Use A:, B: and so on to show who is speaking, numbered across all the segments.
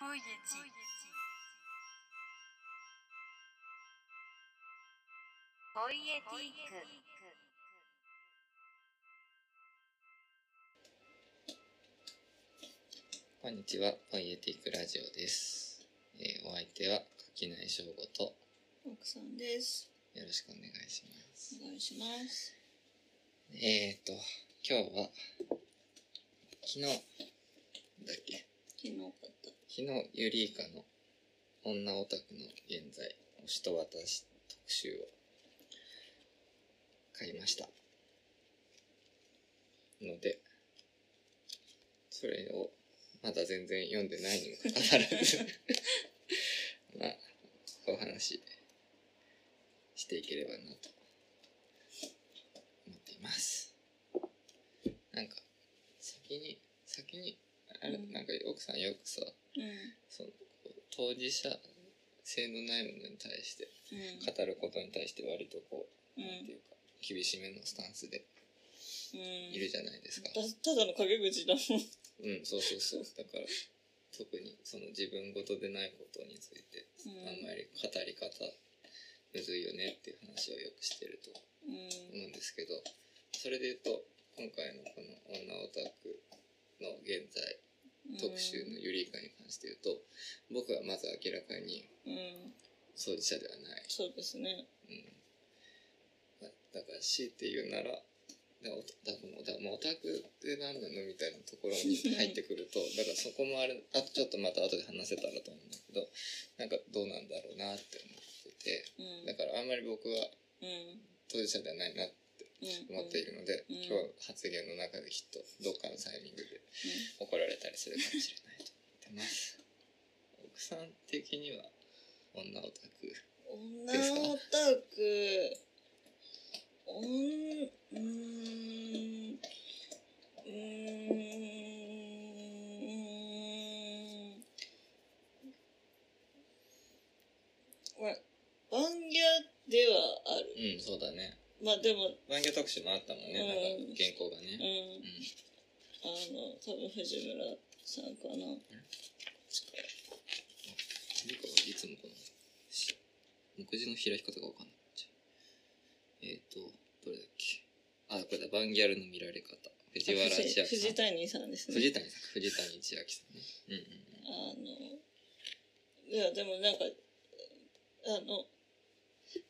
A: ポイエチポイエティーク
B: こんにちは、ポイエティクラジオです。えーお相手は垣内翔吾と
C: 奥さんです。
B: よろしくお願いします。
C: お願いします。
B: えーと、今日は、昨日、だっけ
C: 昨日買った。
B: 昨日、ユリイカの女オタクの現在、推しと私特集を買いました。ので、それをまだ全然読んでないにもかかわらず、 まあ、お話ししていければなと思っています。なんか、先に、先に、あれ、
C: うん
B: なんか奥さんよくさ、
C: うん。う
B: その当事者性のないものに対して
C: ん。
B: 語ることに対して割とこう、
C: う
B: なんてい
C: ん。
B: うか厳しめのスタンスで
C: うん。
B: いるじゃないですか。
C: たただの陰口だもん。
B: うん、そうそうそう。だから特にその自分事でないことについてあんまり語り方むずいよねっていう話をよくしてると
C: うん。
B: 思うんですけど、それで言うと今回のこの女オタクの現在
C: うん。
B: 特集のユリイカに関して言うと、僕はまず明らかに
C: うん。
B: 当事者ではない。
C: そうですね。
B: うんまあだから強いて言うならだおだもうだもうオタクって何なのみたいなところに入ってくる とだからそこもあれあとちょっとまた後で話せたらと思うんだけどなんかどうなんだろうなって思ってて
C: うん。
B: だからあんまり僕は
C: うん。
B: 当事者ではないなって
C: うん。
B: 思っているので、
C: うん
B: 今日発言の中できっとどっかのタイミングで怒られたりするかもしれないと思ってます。奥さん的には女オタク
C: うん。女オタク。おん。うーん。うーん。まあ、バンギャではある。
B: うんそうだね
C: まあでも、
B: 番組特集もあったもんね、
C: う
B: なん
C: ん
B: か原稿が
C: うん、
B: ね。うん。
C: あの、多分藤村さんかな。
B: なんかいつもこの、し目次の開き方がわかんない。えっ、ー、と、どれだっけ。あ、これだ、バンギャルの見られ方。藤原千
C: あ
B: 秋さん。
C: 藤谷さんですね。
B: 藤谷さんか、藤谷千秋さんね。うんうん
C: あの、いや、でもなんか、あの、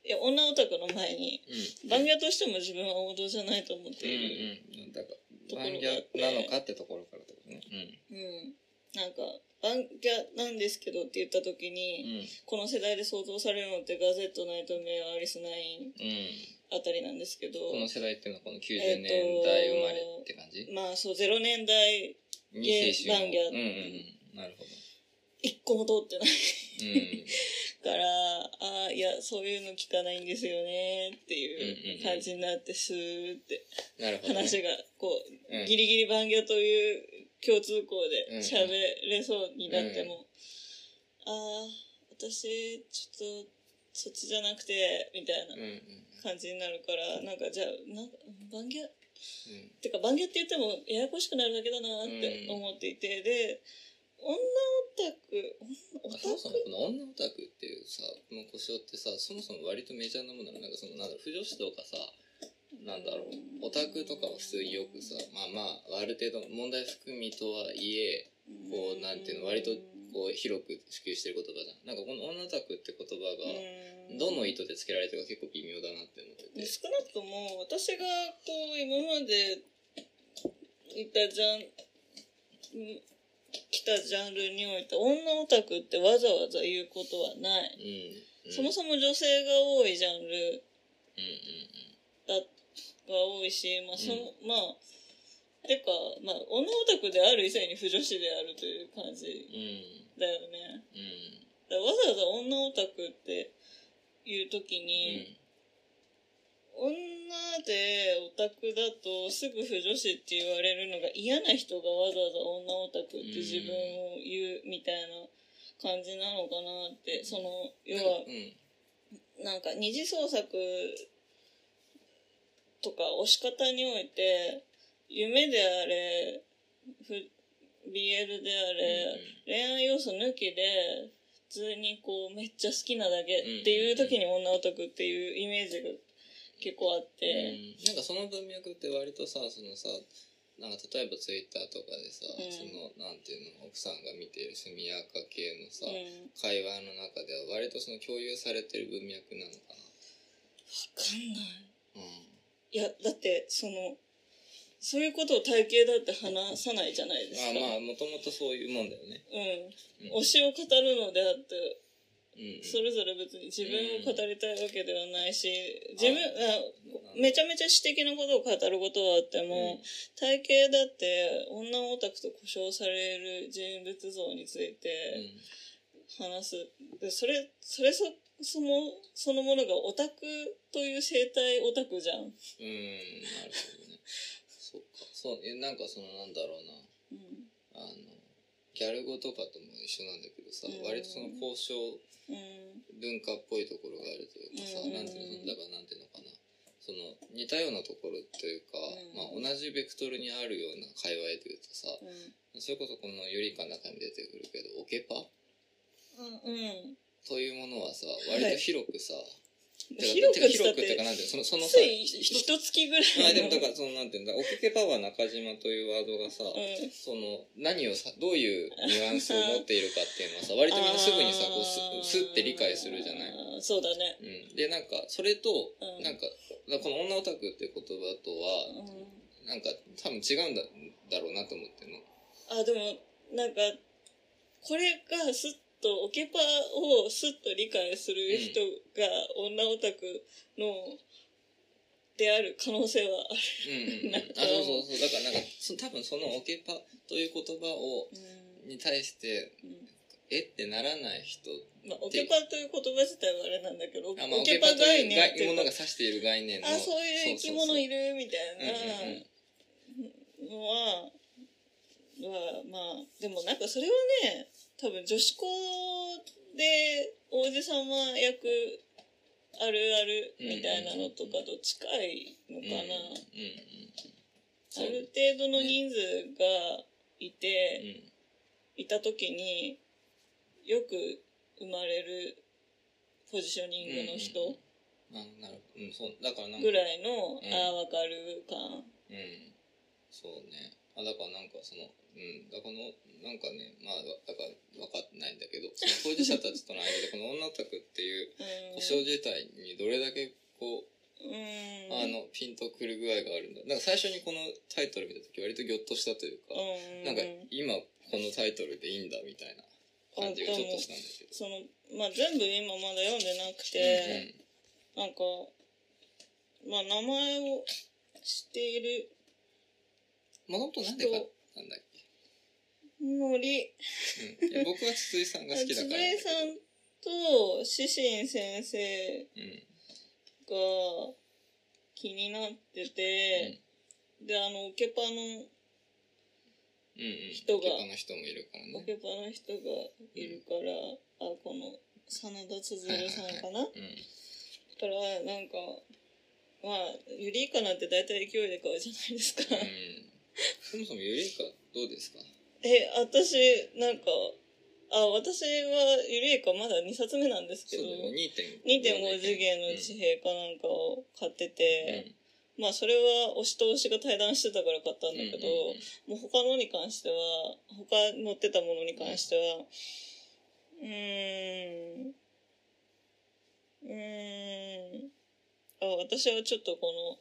C: いや、女オタクの前に、
B: うん。うん
C: 番組としても自分は王道じゃないと思っている。
B: うんうん。だから、
C: ろが
B: バ
C: あって
B: ンギャルなのかってところからってことね。うん。
C: うん。なんか、バンギャなんですけどって言った時に、
B: うん。
C: この世代で想像されるのってガゼットナイトメアアリスナイン
B: うん。
C: あたりなんですけど、
B: この世代っていうのはこの90年代生まれって感じ、
C: まあそう、0年代
B: に青春を。
C: バンギャル
B: うんうんうん。なるほど。
C: 一個も通ってない
B: うん。
C: から、あーいや、そういうの聞かないんですよねっていう感じになって、スーって
B: なるほど、ね。
C: 話が、こ
B: うん
C: う、ギリギリ番組という共通項
B: うん
C: で喋れそうになっても、あー私、ちょっと、そっちじゃなくて、みたい
B: うん
C: な
B: うんうん。
C: 感じになるから、なんかじゃあ、なんか、番組
B: うん
C: てか番組って言ってもややこしくなるだけだなって思っていて、で、女オタク、女オタ
B: そもそ
C: ク
B: もこの女オタクっていうさこの故障ってさそもそも割とメジャーなものなのなんかそのなんだろう不女子とかさなんだろうオタクとかは普通によくさまあまあある程度問題含みとはいえこうなんていうの割とこう広く普及してる言葉じゃんなんかこの女オタクって言葉が
C: うん
B: どの意図でつけられてるか結構微妙だなって思ってて
C: 少なくとも私がこう今までいたジャンん来たジャンルにおいて女オタクってわざわざ言うことはない、
B: うん
C: そも
B: そも
C: そも女性が多いジャ
B: うん
C: ンル
B: うん
C: だが多いしまあその、
B: う
C: まあてか、まあ、女オタクである以前に不女子であるという感じ
B: うん
C: だよね
B: うん
C: だからわざわざ女オタクっていう時に、女でオタクだとすぐ不女子って言われるのが嫌な人がわざわざ女オタクって自分を言うみたいな感じなのかなってその要は
B: うんうん
C: なんか二次創作とか押し方において夢であれふ BL で
B: う
C: あ
B: ん
C: れ、恋愛要素抜きで普通にこうめっちゃ好きなだけっていう時に女オタクっていうイメージが結構あっ
B: う
C: て、
B: んなんかその文脈って割とさそのさなんか例えばツイッターとかでさ、
C: うん
B: そのなんていうの奥さんが見てる速やか系のさ、
C: うん
B: 会話の中では割とその共有されてる文脈なのかな、うん、
C: わかんないいやだってそのそういうことを体系だって話さないじゃないですか、
B: まあまあもともとそういうもんだよね
C: うん推しを語るのであって
B: うん
C: それぞれ別に自分を語りたいわけではないし自分
B: あ
C: あめちゃめちゃ私的なことを語ることはあっても、体型だって女オタクと呼称される人物像につい
B: うん
C: て話すでそれそれそそのそのものがオタクという生態オタクじゃ
B: うん、
C: ん、
B: なるほどねそうかそうえなんかそのなんだろうなあ
C: うん
B: のギャル語とかとも一緒なんだけどさ、
C: うん
B: 割とその交渉
C: うん
B: 文化っぽいところがあるというかさ、
C: うんうんうん
B: なんていうのだからなんていうのかなその似たようなところというか、
C: うん
B: まあ、同じベクトルにあるような界隈でいうとさ
C: うん
B: それこそこの「よりか」の中に出てくるけどオケパ
C: うん、
B: というものはさ割と広くさ、てか
C: 広く
B: てか
C: したっ
B: 広くっていうか
C: て
B: なんていうのそのそのさ
C: つい一月ぐら
B: まあ
C: い
B: で
C: の
B: もだからそのなんていうんだオケパは中島というワードがさ、
C: うん
B: その何をさどういうニュアンスを持っているかっていうのはさ割とみんなすぐにさこうすすって理解するじゃない。
C: あーそうだね
B: うん、でなんかそれと、
C: うん
B: なんかだこの女オタクって言葉とは、
C: う
B: なんか多分違うんだだろうなと思っての。
C: んあでもなんかこれがスッとオケパをスッと理解する人が女オタクのである可能性はある、
B: うんうんうん、
C: な
B: あ
C: んか
B: そうそうそうだからなんかそ多分そのオケパという言葉をに対してえってならない人
C: まあ、オケパという言葉自体はあれなんだけど、
B: あまあ
C: オケパ
B: オケパとい
C: 概
B: う
C: 念って
B: 概
C: い
B: もの
C: う
B: が
C: か
B: 指している概念の
C: あそういう生き物い
B: る
C: るみたいな
B: うんうんうん
C: のは、はまあでもなんかそれはね多分女子校で王子様役あるあるみたいなのとかと近いのかな、
B: うんうんうんそ
C: あ
B: う
C: る程度の人数がいて、
B: うん
C: いた時によく生まれるポジショニングの人
B: うんうんうん、あなるほど、うん、そうだからなんか
C: ぐらい
B: うん
C: の、ああわかる感。
B: うんそうねあだからなんかそのうんだからこのなんかねまあだから分かってないんだけどその当事者たちとの間でこの女オタクっていう
C: うん
B: 故障自体にどれだけこう、
C: うん
B: あのピンとくる具合があるんだなんか最初にこのタイトル見た時割とギョッとしたというか、
C: うん
B: なんか今このタイトルでいいんだみたいな感じがちょっとしたんだけど。
C: そのまあ全部今まだ読んでなくて、なんかまあ名前を知っている
B: もともとなんで買ったんだっけ、
C: の
B: うん
C: り
B: いや、僕は筒井さんが好
C: つ
B: きだからなん
C: ぶ
B: だ
C: え
B: けど。
C: さんと志心先生
B: うん
C: が気になってて、であのオケパの
B: うんうん、
C: 人が
B: 他の人もいるから
C: オ
B: ね。
C: ケパの人がいるから、あこの真田千鶴さんかな、
B: うん
C: からなんかまあユリイカなんて大体勢いで買うじゃないですか、
B: うんそもそもユリイカどうですか
C: え私なんかあ私はユリイカまだ2冊目なんですけ
B: そう
C: ど、
B: だよね。
C: 2.5
B: 2.5
C: 次元の地平かなんかを買ってて、まあそれは推しと推しが対談してたから買ったんだけど、もう他のに関しては他載ってたものに関してはうーんうーんあ私はちょっとこの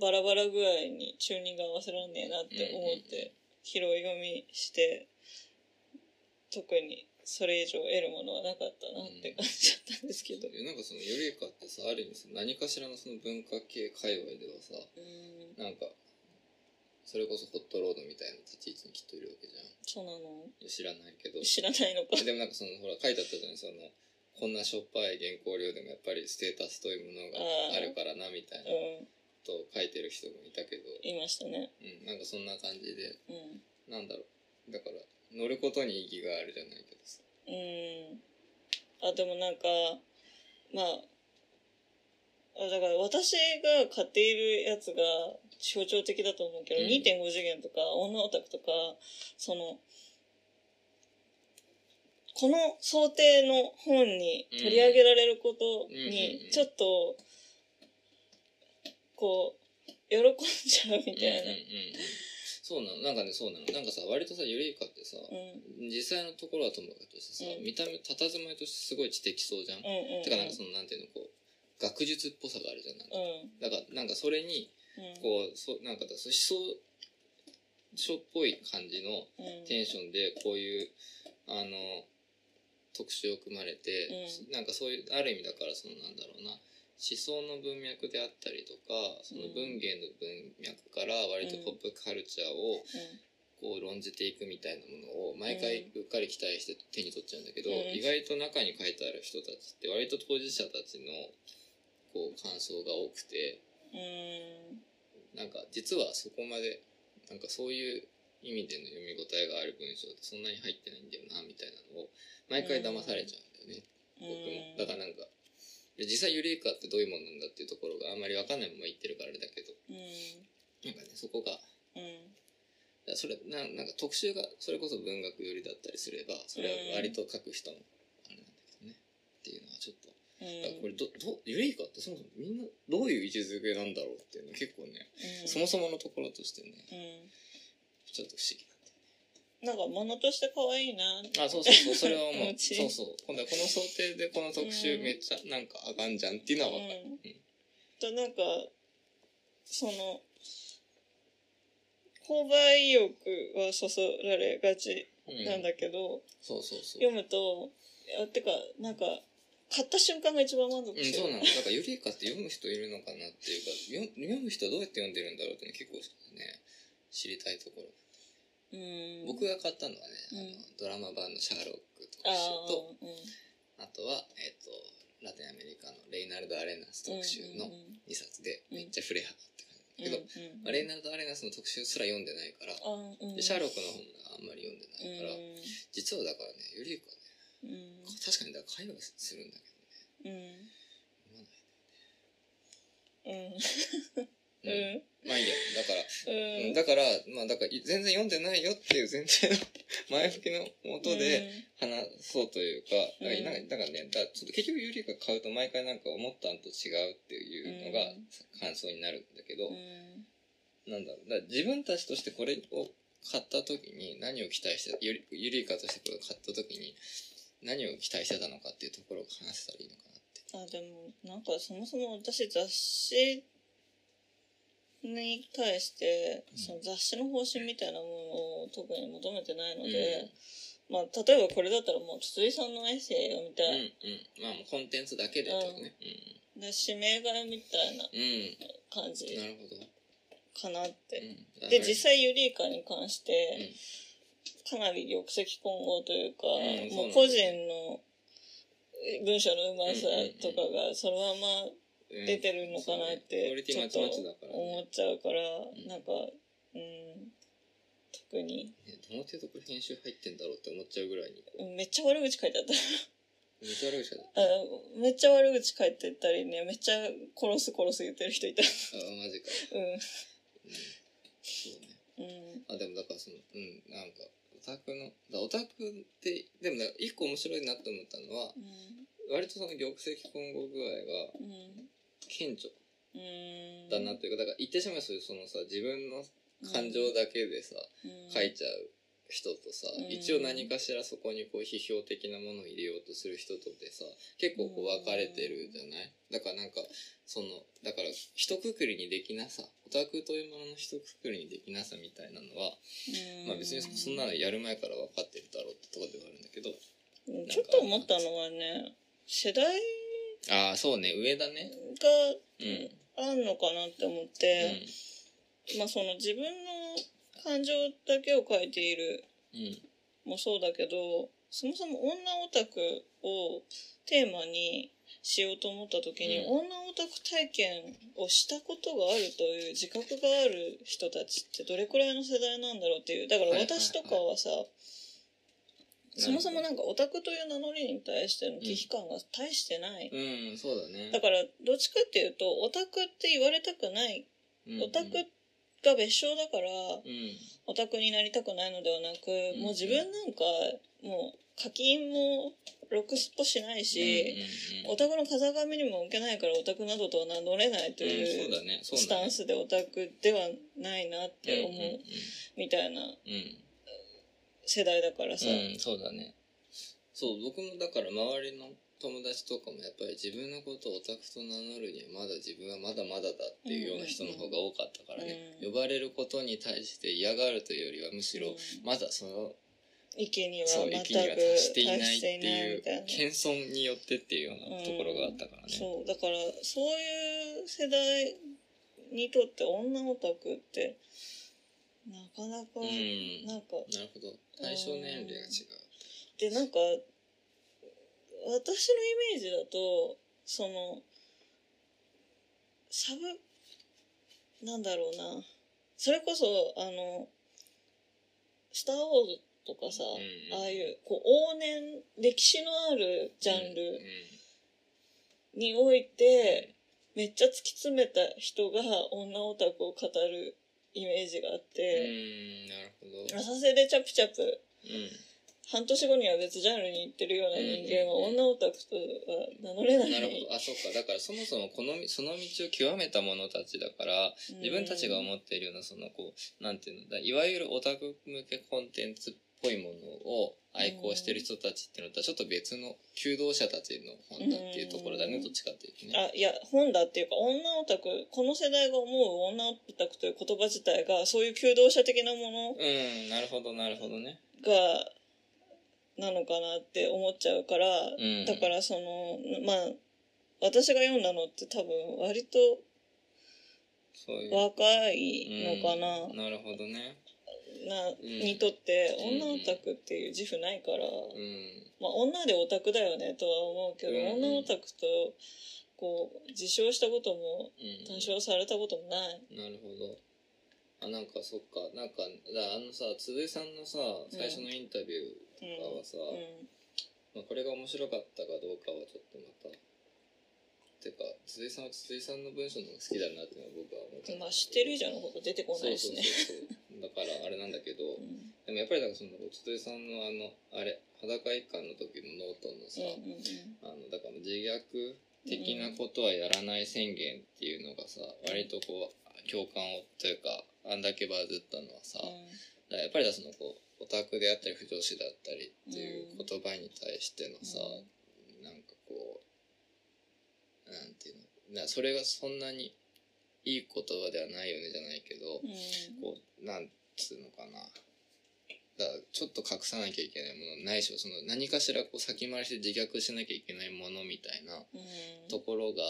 C: バラバラ具合にチューニング合わせらんねえなって思って拾い読みして特にそれ以上得るものはなかったなって感じだったんですけ
B: う
C: ど。
B: んうんうんなんかそのユリイカってさある意味その何かしらのその文化系界隈ではさ
C: うん
B: なんかそれこそホットロードみたいな立ち位置にきっといるわけじゃん
C: そうなの
B: いや知らないけど
C: 知らないのか。
B: でもなんかそのほら書いてあったじゃないそのこんなしょっぱい原稿料でもやっぱりステータスというものがあるからなみたいな
C: うん、
B: ことを書いてる人もいたけど、
C: いましたね。
B: うん、なんかそんな感じで
C: うん。
B: なんだろうだから乗ることに意義があるじゃないけどさ
C: うん。あ、でもなんか、まあ、あだから私が買っているやつが象徴的だと思うけど、
B: うん
C: 2.5次元とか女オタクとかそのこの想定の本に取り上げられること
B: う
C: に
B: ん
C: ちょっとこう喜んじゃうみたいな。
B: うんうんうんそうなのなんかねそうなのなんかさ割とさゆりいかってさ、
C: うん
B: 実際のところはともかくとしてさ、
C: うん
B: 見た目佇まいとしてすごい知的そうじゃん、
C: うんうん
B: てかなんかそのなんていうのこう学術っぽさがあるじゃんなんか
C: うん
B: だからなんかそれに
C: うん
B: こうそうなんかだそう思想書っぽい感じの
C: うん
B: テンションでこういうあの特集を組まれて、
C: う
B: なんかそういうある意味だからそのなんだろうな思想の文脈であったりとかその文芸の文脈から割とポップカルチャーをこう論じていくみたいなものを毎回うっかり期待して手に取っちゃうんだけど、
C: うん
B: 意外と中に書いてある人たちって割と当事者たちのこう感想が多くて
C: うん
B: なんか実はそこまでなんかそういう意味での読み応えがある文章ってそんなに入ってないんだよなみたいなのを毎回騙されちゃうんだよね、
C: うん
B: 僕もだからなんかで実際ユリイカってどういうもんなんだっていうところがあんまりわかんないまま言ってるからあれだけど
C: うん
B: なんかねそこが
C: うん
B: だからそれななんか特集がそれこそ文学寄りだったりすればそれは割と書く人のあれなんだけどね、っていうのはちょっとだからこれどどユレイカってそもそもみんなどういう位置づけなんだろうっていうの結構ね、
C: うん
B: そもそものところとしてね
C: う
B: ちょっと不思議なんだよ
C: んなんか物として可愛いなって
B: あそうそうそうそれは
C: 気
B: もう
C: 持ちいい
B: そうそう今度はこの想定でこの特集
C: うん
B: めっちゃなんかあかんじゃんっていうのは分かる、
C: うんとなんかその購買意欲はそそられがち
B: うん
C: なんだけど、
B: そうそうそう、
C: 読むとあてかなんか買った瞬間が一番満足
B: うん、
C: す
B: そう
C: る、
B: なのだからユレイカって読む人いるのかなっていうか読読む人はどうやって読んでるんだろうっていうの結構ね知りたいところ
C: うん、
B: 僕が買ったのはね、あのドラ
C: うん
B: マ版の「シャーロック」特
C: あ
B: 集と
C: ー
B: あ
C: うん
B: とは、えっとラテンアメリカのレイナルド・アレナス特集の
C: うんうんうん
B: 2冊でめ
C: うん
B: っちゃ触れ幅って感じだけど、
C: うん
B: まあ、
C: うん
B: レイナルド・アレナスの特集すら読んでないから、
C: あうん
B: でシャーロックの本があんまり読んでないから、
C: う
B: 実はだからねユリコはね
C: んうん
B: 確かにだから会話するんだけ
C: うん
B: どね
C: うん
B: 読まない、うん
C: うん
B: まあいいやだから、
C: う
B: うん
C: ん
B: だからまあだから全然読んでないよっていう前提の前向きのもとで、話そうというか、だから
C: うん
B: なんかだからね、だちょっと結局ユリが買うと毎回なんか思ったんと違うっていうのが
C: うん
B: 感想になるんだけど、
C: うんうん
B: なんだろう、だから自分たちとしてこれを買った時に何を期待して、ユリユリカとしてこれを買った時に何を期待してたのかっていうところを話せたらいいのかなって。
C: あでもなんかそもそも私雑誌に対して、
B: うん
C: その雑誌の方針みたいなものを特に求めてないので、まあ例えばこれだったらもう筒井さんのエッセイ読みた
B: うん、
C: い、
B: うん、まあもうコンテンツだけでってことね。
C: で指名買いみたいな
B: うん、うん、
C: 感じ
B: なるほど。
C: かな
B: う
C: って、
B: ん、
C: で実際ユリイカに関して
B: うん、
C: かなり玉石混合というか、
B: うんそうなん
C: もう
B: です
C: 個人の文章のうまさとかがそのま
B: うん
C: ま出てるのかなっ
B: クオ
C: て
B: リティ
C: ち
B: ま
C: ょっ
B: ち
C: と
B: まちだから
C: 思
B: ね
C: っ。ちゃうから、
B: ん
C: なんかうん特に
B: ねどの程度これ編集入ってんだろうって思っちゃうぐらいに。
C: うんめっちゃ悪口書いてあった
B: めっちゃ悪いじゃん。
C: あめっちゃ悪口書いてたりねめっちゃ殺す殺す言ってる人いた
B: あマジか、
C: う
B: うん、そうね
C: んうん
B: あでもだからそのうんなんかオタクのだオタクってでもだから一個面白いなと思ったのは
C: う
B: 割とその玉石混合具合が
C: んうん
B: 顕著
C: うん
B: だなというかだから言ってしまえばそういうそのさ自分の感情だけでさ、書いちゃう人とさ、
C: うん
B: 一応何かしらそこにこう批評的なものを入れようとする人とでさ結構こう分かれてるじゃない、だからなんかそのだから一括りにできなさオタクというものの一括りにできなさみたいなのは、
C: うん
B: まあ別にそんなのやる前から分かってるだろうってとこではあるんだけど
C: うんちょっと思ったのはね世代
B: ああそうね上だねうん
C: があんのかなって思っ
B: う
C: て、
B: ん
C: まあその自分の感情だけを書いている
B: うん
C: もそうだけどそもそも女オタクをテーマにしようと思った時に、
B: うん
C: 女オタク体験をしたことがあるという自覚がある人たちってどれくらいの世代なんだろうっていうだから
B: はいはいはい
C: 私とかはさ、そもそもなんかオタクという名乗りに対しての忌避感が大してない、
B: うんそうだね
C: だからどっちかっていうとオタクって言われたくない
B: うん
C: オタクっが別称だから、
B: うん。
C: オタクになりたくないのではなく、
B: うん
C: もう自分なんか、もう課金もロックスポしないし、
B: うんうんうん
C: オタクの風上にも置けないからオタクなどとは名乗れないと
B: うん
C: い
B: そう
C: う
B: だね。そう
C: ス
B: だ
C: タ
B: ね
C: ンスでオタクではないなって思
B: んん
C: うみたいな
B: う
C: 世代だからさ。
B: ん、うん、そうだねそう僕もだから周りの友達とかもやっぱり自分のことをオタクと名乗るにはまだ自分はまだまだだっていうような人の方が多かったからね、
C: うん
B: 呼ばれることに対して嫌がるというよりはむしろ
C: うん
B: まだその
C: 域には
B: そう
C: 全く
B: 域には達していないっ
C: 達し
B: て
C: ていない
B: い
C: み
B: う
C: たいな。
B: 謙遜によってっていうようなところがあったからね、
C: そうだからそういう世代にとって女オタクってなかなか、
B: うん
C: なんか
B: なるほど対象年齢が違う
C: でなんか私のイメージだとそのサブなんだろうなそれこそあの「スター・ウォーズ」とかさ、
B: うん
C: ああいうこう往年歴史のあるジャン
B: うん
C: ルにおいて、めっちゃ突き詰めた人が女オタクを語るイメージがあ
B: う
C: っ
B: ん、う
C: て、
B: んなるほど、
C: 浅瀬でチャプチャプ
B: うん
C: 半年後には別ジャンルに行ってるような人間は女オタクとは名乗れない。
B: なるほどあそっかだからそもそもこのみその道を極めた者たちだから
C: うん
B: 自分たちが思っているようなそのこうなんていうのだいわゆるオタク向けコンテンツっぽいものを愛好してる人たちっていうのとはちょっと別の求道者たちの本だっていうところだね
C: うん
B: どっちかっていうとね。
C: あいや本だっていうか女オタクこの世代が思う女オタクという言葉自体がそういう求道者的なも
B: うんなるほどなるほどね。
C: のがなのかなって思っちゃうから、
B: うん、
C: だからそのまあ私が読んだのって多分割と
B: そういう
C: 若いのかな,、
B: うんなるほどね。
C: な
B: うん
C: にとって
B: うん
C: 女オタクっていう自負ないか
B: う
C: ら、
B: ん
C: まあ、女でオタクだよねとは思うけど、
B: うんうん
C: 女オタクとこう自称したことも
B: うん、
C: 単勝されたこともない。
B: なるほど。あなんかそっかなんかだあのさ鈴井さんのさ最初のインタビュ
C: うん
B: ーとかはさ、
C: うん
B: まあ、これが面白かったかどうかはちょっとまたてか辻井さんは辻井さんの文章の方が好きだなっていうのは僕は思って
C: まあ、知ってるじゃんのこと出てこないしね。
B: そうそうそうそうだからあれなんだけど
C: うん
B: でもやっぱりなんかその辻井さんのあのあれ裸一貫の時のノートのさ、
C: うんうんうん
B: あのだから自虐的なことはやらない宣言っていうのがさ、割とこう共感をというかあんだけバズったのはさ、だからやっぱりだそのこうオタクであったり不女子だったりっていう言葉に対してのさ、なんかこうなんていうのなそれがそんなにいい言葉ではないよねじゃないけど、
C: うん
B: こうなんつうのかなだからちょっと隠さなきゃいけないものないしはその何かしらこう先回りして自虐しなきゃいけないものみたいな
C: うん
B: ところ
C: うん
B: が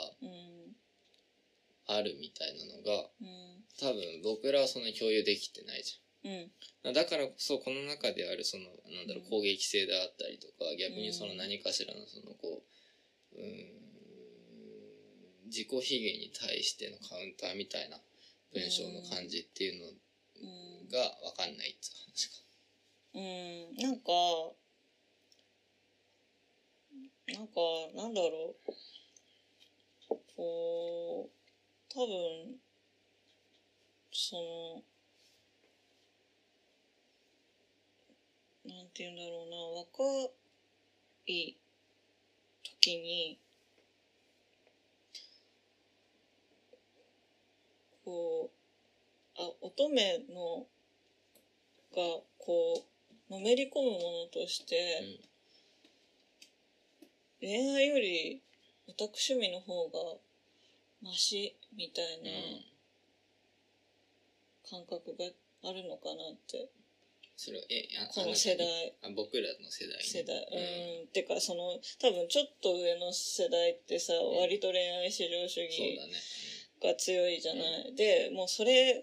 B: あるみたいなのが
C: うん
B: 多分僕らはそんなに共有できてないじゃん。
C: うん
B: だからこそこの中であるそのなんだろ
C: う
B: うん攻撃性であったりとか逆にその
C: うん
B: 何かしらのそのこううーん自己卑下に対してのカウンターみたいな文章の感じっていうの
C: うん
B: が分かんないっていう話か。
C: うんなんか、なんか、なんだろう。こう、多分、その、なんて言うんだろうな、若い時に、こう、あ、乙女の、がこうのめり込むものとして、恋愛よりオタク趣味の方がマシみたい
B: うん
C: な感覚があるのかなって、
B: それはえあ
C: この世代
B: あ僕らの世代ね、
C: 世代うんてかその多分ちょっと上の世代ってさ
B: ん
C: 割と恋愛至上主
B: そう
C: 義
B: だね
C: が強いじゃない、でもうそれが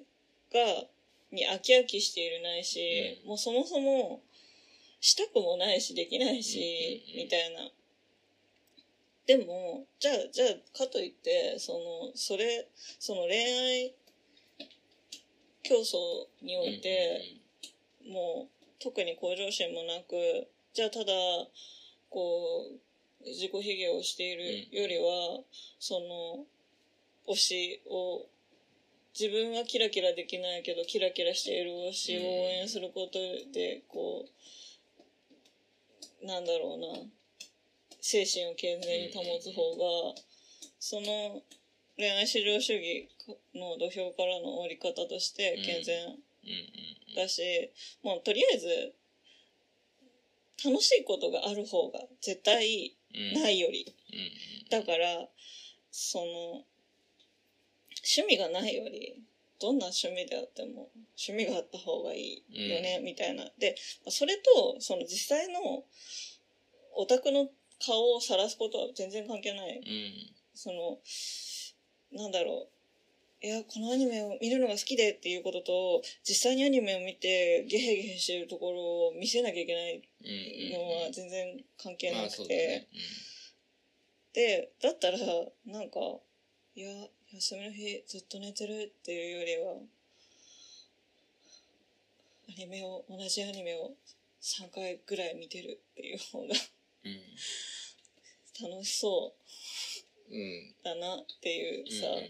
C: に飽き飽きしているないし、
B: うん
C: もうそもそもしたくもないしできないし、
B: うんうんうん
C: みたいなでもじゃあじゃあかといってそのそれその恋愛競争において、もう特に向上心もなくじゃあただこう自己卑下をしているよりは、その推しを自分はキラキラできないけどキラキラしている推しを応援することでこうなんだろうな精神を健全に保つ方がその恋愛至上主義の土俵からの折り方として健全
B: うん
C: だしもうとりあえず楽しいことがある方が絶対
B: うんうん。。
C: ないいより
B: うん
C: だからその趣味がないよりどんな趣味であっても趣味があった方がいいよね、みたいなでそれとその実際のオタクの顔を晒すことは全然関係ない
B: うん。うん。
C: そのなんだろういやこのアニメを見るのが好きでっていうことと実際にアニメを見てゲヘゲヘしてるところを見せなきゃいけない
B: うんうん。
C: のは全然関係
B: ま
C: な
B: あそ
C: く
B: う
C: て。
B: だね。
C: でだったらなんか「いや休みの日ずっと寝てる」っていうよりはアニメを同じアニメを3回ぐらい見てるっていう方が
B: うん。
C: 楽しそ
B: うん。うん。
C: うだなっていうさ、
B: うんうんうん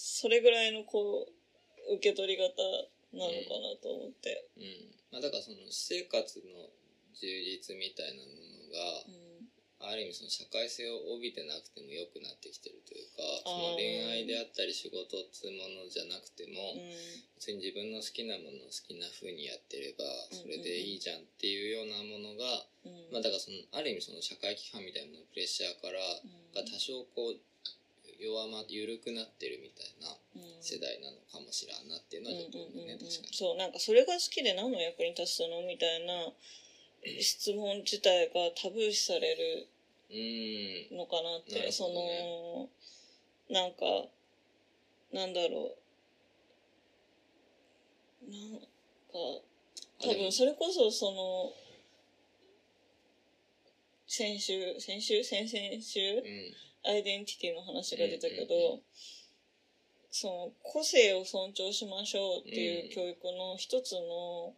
C: それぐらいのこう受け取り方なのかなと思って。
B: うん。まあだからその私生活の充実みたいなものが、
C: うん
B: ある意味その社会性を帯びてなくても良くなってきてるというか
C: あー
B: その恋愛であったり仕事っつうものじゃなくて
C: う
B: も、
C: ん
B: 別に自分の好きなものを好きな風にやってれば
C: う
B: そ
C: んうんうん
B: れでいいじゃんっていうようなものが、
C: うん
B: まあ、だからそのある意味その社会規範みたいなもののプレッシャーから
C: うん
B: が多少こう弱ま緩くなってるみたいな
C: うん
B: 世代なのかもしらんなっていうのはちょっと思うね確かに。
C: そうなんかそれが好きで何の役に立つのみたいな質問自体がタブー視される
B: うん
C: のかなって
B: なる
C: そ
B: ほどね
C: のなんかなんだろうなんか
B: あ
C: 多
B: でも
C: 分それこそその先週先週先々週、
B: うん
C: アイデンティティの話が出たけど、
B: うんうん
C: その個性を尊重しましょうっていう教育の一つの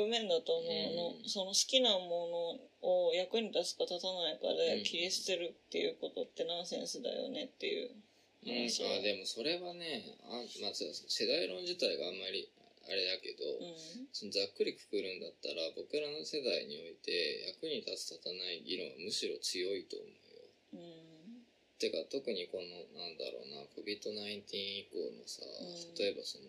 C: 側面だと思うの、
B: うん
C: その好きなものを役に立つか立たないか
B: う
C: で
B: ん
C: 切り捨てるっていうことってナンセンスだよねっていう
B: うん、
C: 話
B: あでもそれはねあ、まあ、そう世代論自体があんまりあれだけ
C: う
B: ど、
C: ん
B: そのざっくりくくるんだったら僕らの世代において役に立つ立たない議論はむしろ強いと思うよ。
C: うん
B: てか特にこのなんだろうな COVID-19 以降のさ、
C: うん
B: 例えばその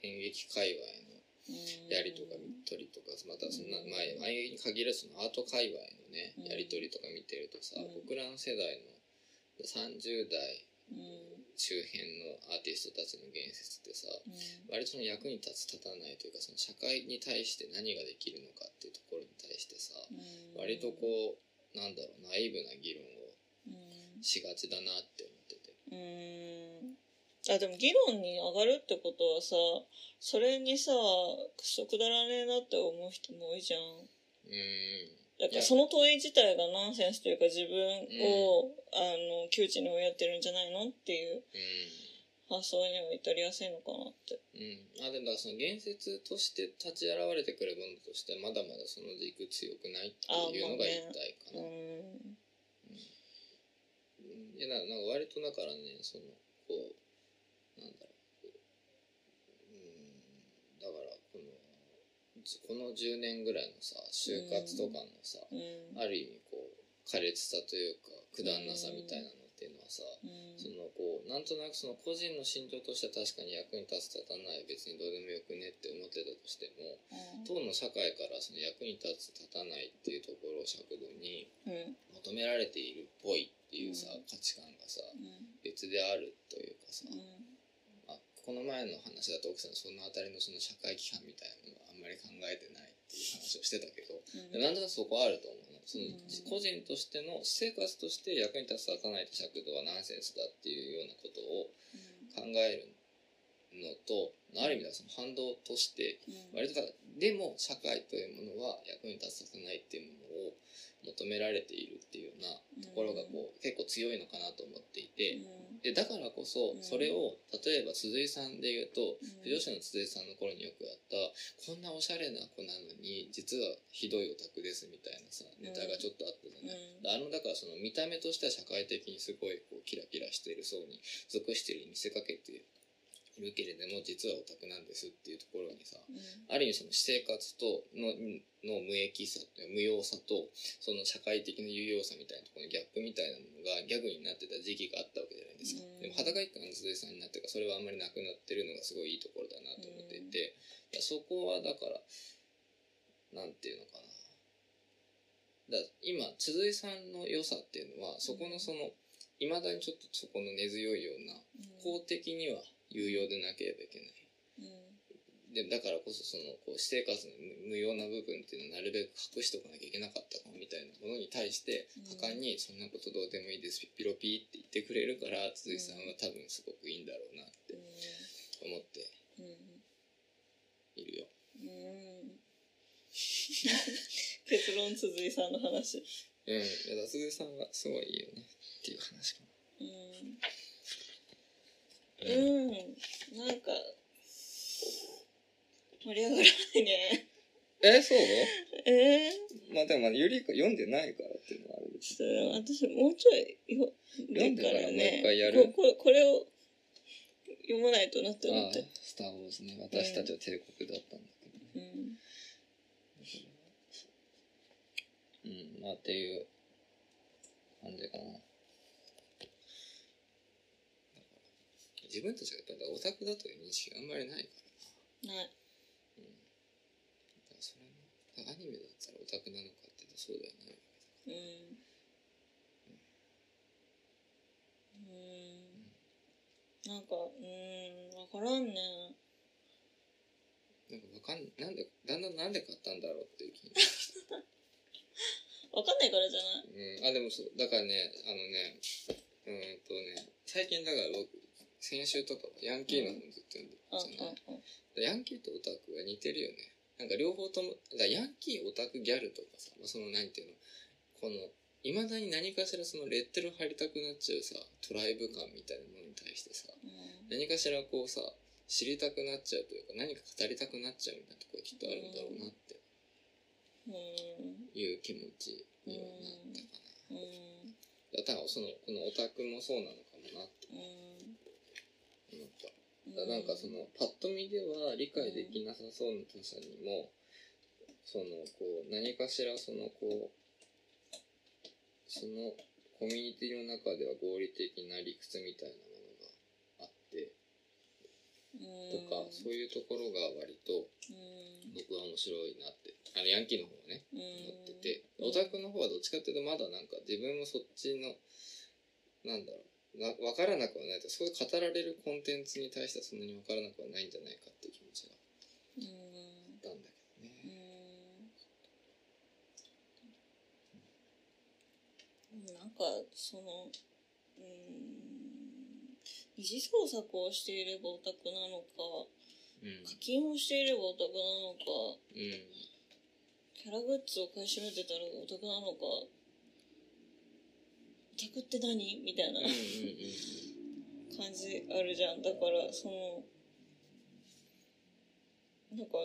B: 演劇界隈の
C: うん
B: やりとか見取りとかまたそんな、
C: うん
B: まあ、演劇に限らずそのアート界隈のね
C: うん
B: やり取りとか見てるとさ、
C: うん
B: 僕らの世代の30代
C: うん
B: 周辺のアーティストたちの言説ってさ
C: うん
B: 割とその役に立つ立たないというかその社会に対して何ができるのかっていうところに対してさ
C: うん
B: 割とこうなんだろうナイブな議論を
C: うん
B: しがちだなって思ってて
C: うーんあでも議論に上がるってことはさそれにさくそくだらねえなって思う人も多いじゃん
B: うーんい
C: だか
B: や
C: らその問い自体がナンセンスというか自分を、あの窮地に追いやってるんじゃないのっていう発想には至りやすいのかなって
B: うん、うん、あでもだからその言説として立ち現れてくるものとしてはまだまだその軸強くないっていうのが一体か
C: う
B: な、
C: ん
B: いやななんか割とだからねそのこうなんだろううんだからこのじこの10年ぐらいのさ就活とかのさ、
C: うん
B: ある意味こう苛烈さというかくだんなさみたいなのっていうのはさ、
C: うん
B: そのこうなんとなくその個人の心情としては確かに役に立つ立たない別にどうでもよくねって思ってたとしても当の社会からその役に立つ立たないっていうところを尺度に
C: うん
B: 求められているっぽいっていうさ、
C: うん
B: 価値観がさ
C: うん
B: 別であるというかさ、
C: うん
B: まあ、この前の話だと奥さんそのあたりのその社会規範みたいなのはあんまり考えてないっていう話をしてたけど、
C: うん
B: なんとなくそこはあると思うのその
C: うん
B: 個人としての私生活として役に立つ立たないと尺度はナンセンスだっていうようなことを考えるのとある意味ではその反動として
C: うん
B: 割とだでも社会というものは役に立つ立たないっていうものを求められているっていうようなところがこう結構強いのかなと思っていて、
C: うん
B: でだからこそ
C: うん
B: それを例えば鈴井さんで言うと
C: うん
B: 不女子の鈴井さんの頃によくあったこんなおしゃれな子なのに実はひどいオタクですみたいなさネタがちょっとあったじゃない、
C: うん
B: あのだからその見た目としては社会的にすごいこうキラキラしているそうに属しているに見せかけているけれども実はオタクなんですっていうところにさ
C: うん
B: ある意味その私生活とのの無益さと無用さとその社会的な有用さみたいなところのギャップみたいなものがギャグになってた時期があったわけじゃないですか、
C: うん
B: でも裸一貫の鈴井さんになってからそれはあんまりなくなってるのがすごいいいところだなと思っていて、だからそこはだからなんていうのかなだから今鈴井さんの良さっていうのはそこのそのいまだにちょっとそこの根強いような公的には有用でなければいけない。
C: うん
B: でだからこそそのこう私生活の無無用な部分っていうのをなるべく隠しておかなきゃいけなかったかもみたいなものに対して
C: うん
B: 果敢に「そんなことどうでもいいですピロピ」って言ってくれるから鈴木さんは多分すごくいいんだろうなって思って
C: うん
B: いるよ。
C: うんうん結論鈴井さんの話
B: うん、いやだ鈴木さんはすごいいいよねっていう話かな。
C: うん、うん、なんか盛り上がらないね
B: えそう
C: え
B: まあでもまだゆりか読んでないからっていうのはあれで
C: ー、
B: す。
C: ちょっと私もうちょいよ
B: 読んでからもう一回や
C: こ
B: る
C: これこれを読まないとなって思
B: あ
C: っ
B: あ
C: て、
B: 「スター・ウォーズ」ね私たちは帝国だったんだけどね。
C: うん
B: うん、まあっていう感じかな。自分たちがやっぱりオタクだという認識があんまりないから
C: ない
B: だからそれもだからアニメだったらオタクなのかって言うとそうだよね。
C: うんうーんなんかうーんわからんね
B: なんかわかんなんでだんだんなんで買ったんだろうっていう気に。
C: わかんないからじゃな
B: うん、
C: い
B: あでもそうだからねあのねうーんとね最近だから僕先週とかはヤンキーの本ずっと読んで
C: あ
B: たじゃない。
C: ああ
B: ヤンキーとオタクは似てるよね。なんか両方とも、だからヤンキー、オタク、ギャルとかさ、まあそのなんていうの、この、いまだに何かしらそのレッテル貼りたくなっちゃうさ、トライブ感みたいなものに対してさ、
C: うん
B: 何かしらこうさ、知りたくなっちゃうというか、何か語りたくなっちゃうみたいなところがきっとあるんだろうなって
C: うん
B: いう気持ちにはなったか
C: う
B: な。だ
C: ん
B: からその、このオタクもそうなのかもなって
C: う
B: 思った。
C: ん
B: だからなんかそのパッと見では理解できなさそうな他者にもそのこう何かしらそのこうそのコミュニティの中では合理的な理屈みたいなものがあってとかそういうところが割と
C: うん
B: 僕は面白いなってあのヤンキーの方はね
C: うん
B: 思っててオタクの方はどっちかっていうとまだなんか自分もそっちのなんだろうな分からなくはないとそういう語られるコンテンツに対してはそんなに分からなくはないんじゃないかっていう気持ちがあ
C: う
B: っ
C: ん
B: たんだけど
C: う
B: ね。
C: んなんかそのうん二次創作をしていればオタクなのか
B: うん、うん、
C: 課金をしていればオタクなのかキャラグッズを買い占めてたらオタクなのかオタクって何みたいな
B: うんうんうん
C: 感じあるじゃんだからそのなんか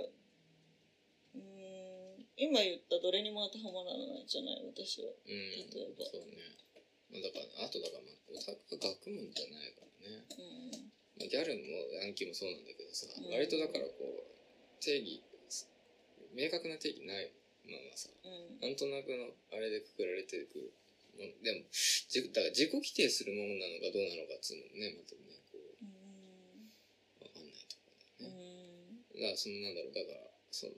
C: うーん今言ったどれにも当てはまらないじゃない私は
B: うん
C: 例えば
B: そうね。まあだからあとだからまあオタクが学問じゃないからね。
C: うん
B: まあギャルもヤンキーもそうなんだけどさ、
C: うん
B: 割とだからこう定義明確な定義ないままさ
C: うん
B: なんとなくのあれでくくられてくるものでもじだから自己規定するものなのかどうなのかっつうのもねまたねこう
C: う
B: 分かんないとこ
C: んう
B: ろだよね、だから
C: ん
B: そのなんだろうだからその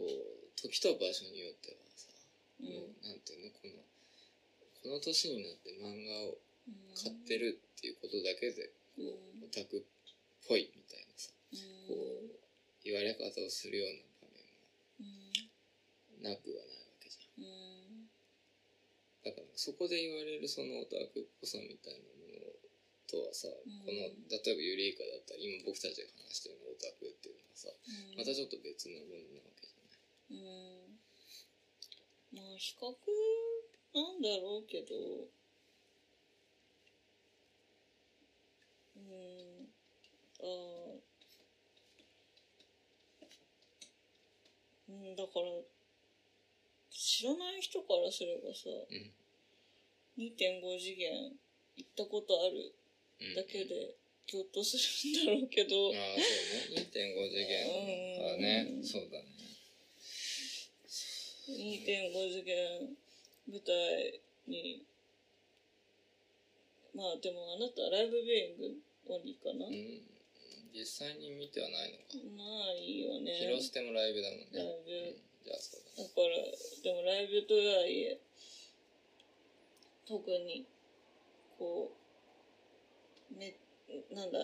B: こう時と場所によってはさ、
C: うん
B: もうなんていうのこのこの年になって漫画を
C: うん
B: 買ってるっていうことだけでこ
C: うん
B: うオタクっぽいみたいなさ
C: うん
B: こう言われ方をするような場面も
C: うん
B: なくはないわけじゃん
C: うん
B: だからそこで言われるそのオタクっぽさみたいなものとはさ、
C: ん
B: この例えばユリイカだったら今僕たちが話してるのオタクっていうのはさ
C: うん
B: またちょっと別なものなわけじゃない。
C: うんまあ比較なんだろうけどうんあーうんだから知らない人からすればさ
B: うん
C: 2.5次元行ったことある
B: うん
C: だけでき落とするんだろうけど、
B: ああ、そうね。2.5次元だね
C: う。ん
B: そうだね。
C: 2.5次元舞台にまあでもあなたライブビューイングオンリーかな、
B: うん。実際に見てはないのか。
C: ないよね
B: 広捨てもライブだもんね。
C: ライ
B: う
C: ブ
B: んじゃあそうだ
C: だからでもライブとはいえ特にこうめなんだ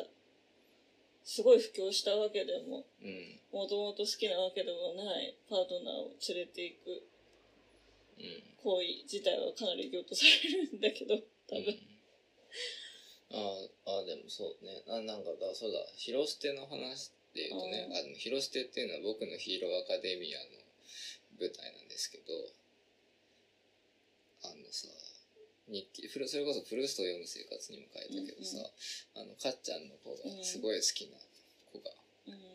C: すごい布教したわけでも
B: ね。
C: もともと好きなわけでもないパートナーを連れていく
B: うん。うん。
C: 行為自体はかなりギョッとされるんだけど多分、
B: うん、あーあーでもそうねあなんかだそうだ広捨ての話で言うとね
C: うん
B: あでも広捨てっていうのは僕のヒーローアカデミアの舞台なんですけどあのさ日記フルそれこそプルーストを読む生活にも書いたけどさ、あのかっちゃんの子がすごい好きな子が、
C: うん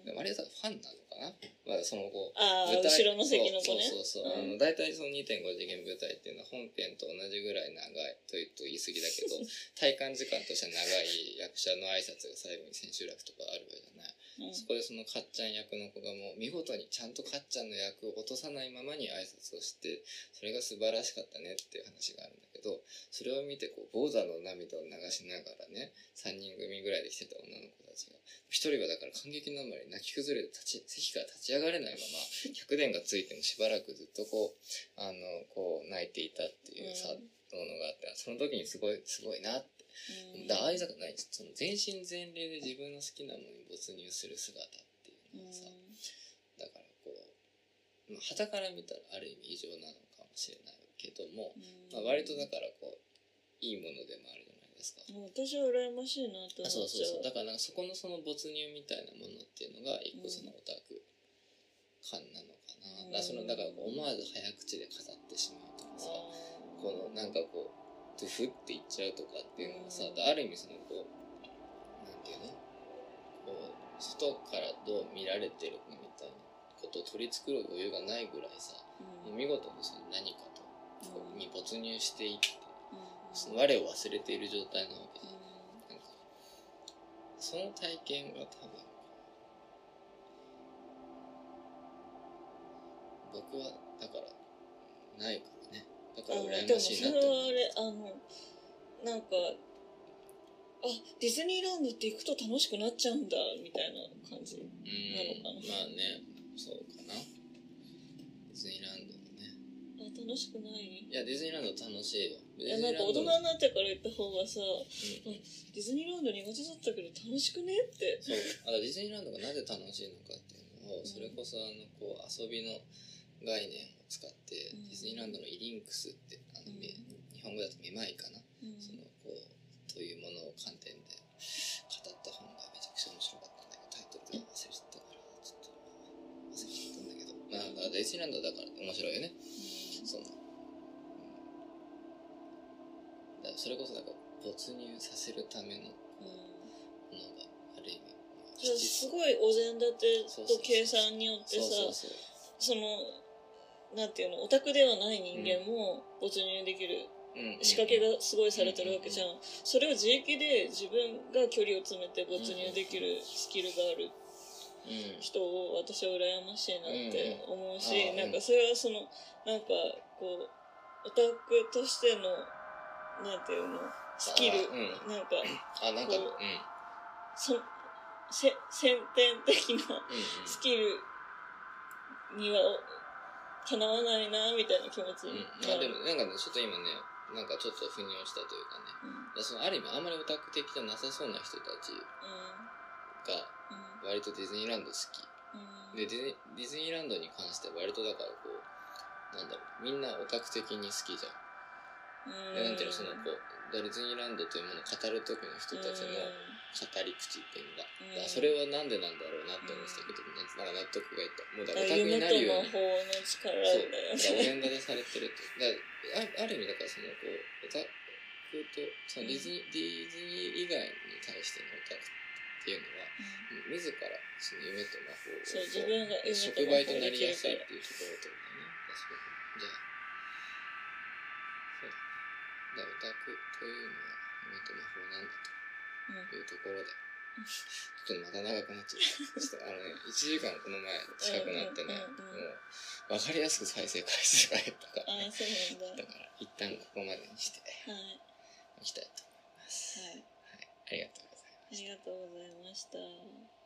B: でもあれは多分ファンなのかな、まだその後
C: ああ
B: 舞台
C: 後ろの席の子ね
B: そうそうそう、あ
C: う
B: の
C: ん
B: 大体その2.5次元舞台っていうのは本編と同じぐらい長いというと言い過ぎだ けど体感時間としては長い役者の挨拶が最後に千秋楽とかあるわけじゃない、
C: うん
B: そこでそのかっちゃん役の子がもう見事にちゃんとかっちゃんの役を落とさないままに挨拶をしてそれが素晴らしかったねっていう話があるんだけどそれを見てこうボーダの涙を流しながらね3人組ぐらいで来てた女の子たちが一人はだから感激のあまり泣き崩れて立ち席から立ち上がれないまま100年がついてもしばらくずっとこうあのこう泣いていたっていうさ、
C: うん
B: ものがあってその時にすごいすごいなって。
C: うん
B: だからああいう坂ないその全身全霊で自分の好きなものに没入する姿っていうのはさ、だからこうまあ傍から見たらある意味異常なのかもしれないけども、
C: うん
B: まあ、割とだからこういいものでもあるじゃないですか。
C: もう私は羨ましいなと思っちゃう
B: あそうそうそうだからなんかそこのその没入みたいなものっていうのが一個そのオタク感なのかな、だからそのだからこう思わず早口で語ってしまうとかさ、このなんかこうドゥフって言っちゃうとかっていうのがさ、
C: うん
B: ある意味そのこうなんていうのこう外からどう見られてるかみたいなことを取り繕う余裕がないぐらいさ、
C: うん
B: 見事にその何かとこ
C: う
B: うんに没入していって
C: うん
B: その我を忘れている状態なわけじゃん
C: う
B: なんかその体験が多分僕はだからないからねだから
C: んあ
B: 羨
C: で
B: ま
C: も
B: しい
C: そ
B: なっ
C: れは
B: て思
C: あ
B: う
C: れあのなんかあディズニーランドって行くと楽しくなっちゃうんだみたいな感じ
B: うん
C: なのか
B: まあねそうかなディズニーランドもね
C: あ楽しくない
B: いやディズニーランド楽しいよディ
C: いや
B: ズニ
C: な
B: ーラ
C: んか大
B: ンド
C: 人に
B: も
C: なってから行った方がさ
B: うん
C: ディズニーランド苦手だったけど楽しくねって
B: そうあディズニーランドがなぜ楽しいのかっていうのをそれこそあのこう遊びの概念を使って、
C: うん
B: ディズニーランドのイリンクスってあの、め
C: う
B: 日本語だとめまいかな、
C: うん
B: そのこうというものを観点で語った本がめちゃくちゃ面白かったんだけどタイトルが忘れちゃったからちょっと忘れちゃったんだけど、まあ、だからディズニーランドだから面白いよねその、うん、だからそれこそなんか没入させるための
C: う
B: も
C: ん
B: のがある意味まあ
C: じゃあすごいお膳立てと計算によってさ
B: そうそうそう
C: そのなんていうのオタクではない人間も没入できる
B: うんうん
C: 仕掛けがすごいされてるわけじゃんそれを自力で自分が距離を詰めて没入できるスキルがある
B: うん
C: 人を私は羨ましいなって思うし
B: うんうんあー
C: なんかそれはそのなんかこうオタクとしてのなんていうのスキル
B: あうん
C: なんか
B: あなんかうんう
C: こうんそせ先天的な
B: うん
C: スキルにはかなわないなみたいな気持ちに
B: うん、
C: な
B: あで
C: る。
B: もなんかねちょっと今ねなんかちょっと腑に落ちたというかね
C: うん
B: だからそのある意味あんまりオタク的じゃなさそうな人たちが割とディズニーランド好き
C: うんう
B: で
C: ん
B: ディズニーディズニーランドに関しては割とだからこうなんだろうみんなオタク的に好きじゃん
C: うん
B: でなんていうのそのこうディズニーランドというものを語る時の人たちの語り口っていうのが、
C: うん
B: だからそれはなんでなんだろうなって思ってたけど、なんか納得がいったもうだからオタクに
C: 夢
B: な
C: と
B: るように
C: 魔法の
B: そ
C: 力
B: う
C: だよ
B: だからお面立てされてるとだからあある意味だからそのこうオタクとそのディズニー、ディズニー以外に対してのオタクっていうのは自らその夢と魔法を
C: そう自分が夢と
B: 触
C: 魔
B: 媒とな
C: 法をで
B: り
C: き
B: や
C: る
B: すい
C: から
B: っていうところってことだね確かにじゃあそうだねだからオタクというのは夢と魔法なんだというところで、ちょっとまた長くなっちゃった。 ちょっとあのね、1時間この前近くなってね、
C: うんうんうんうん
B: もう、わかりやすく再生回数が減ったから、
C: ああ
B: ね。
C: そうなんだ
B: だから、一旦ここまでにして
C: はいはい
B: いきたいと思います。はい。ありがとうございます。
C: ありがとうございました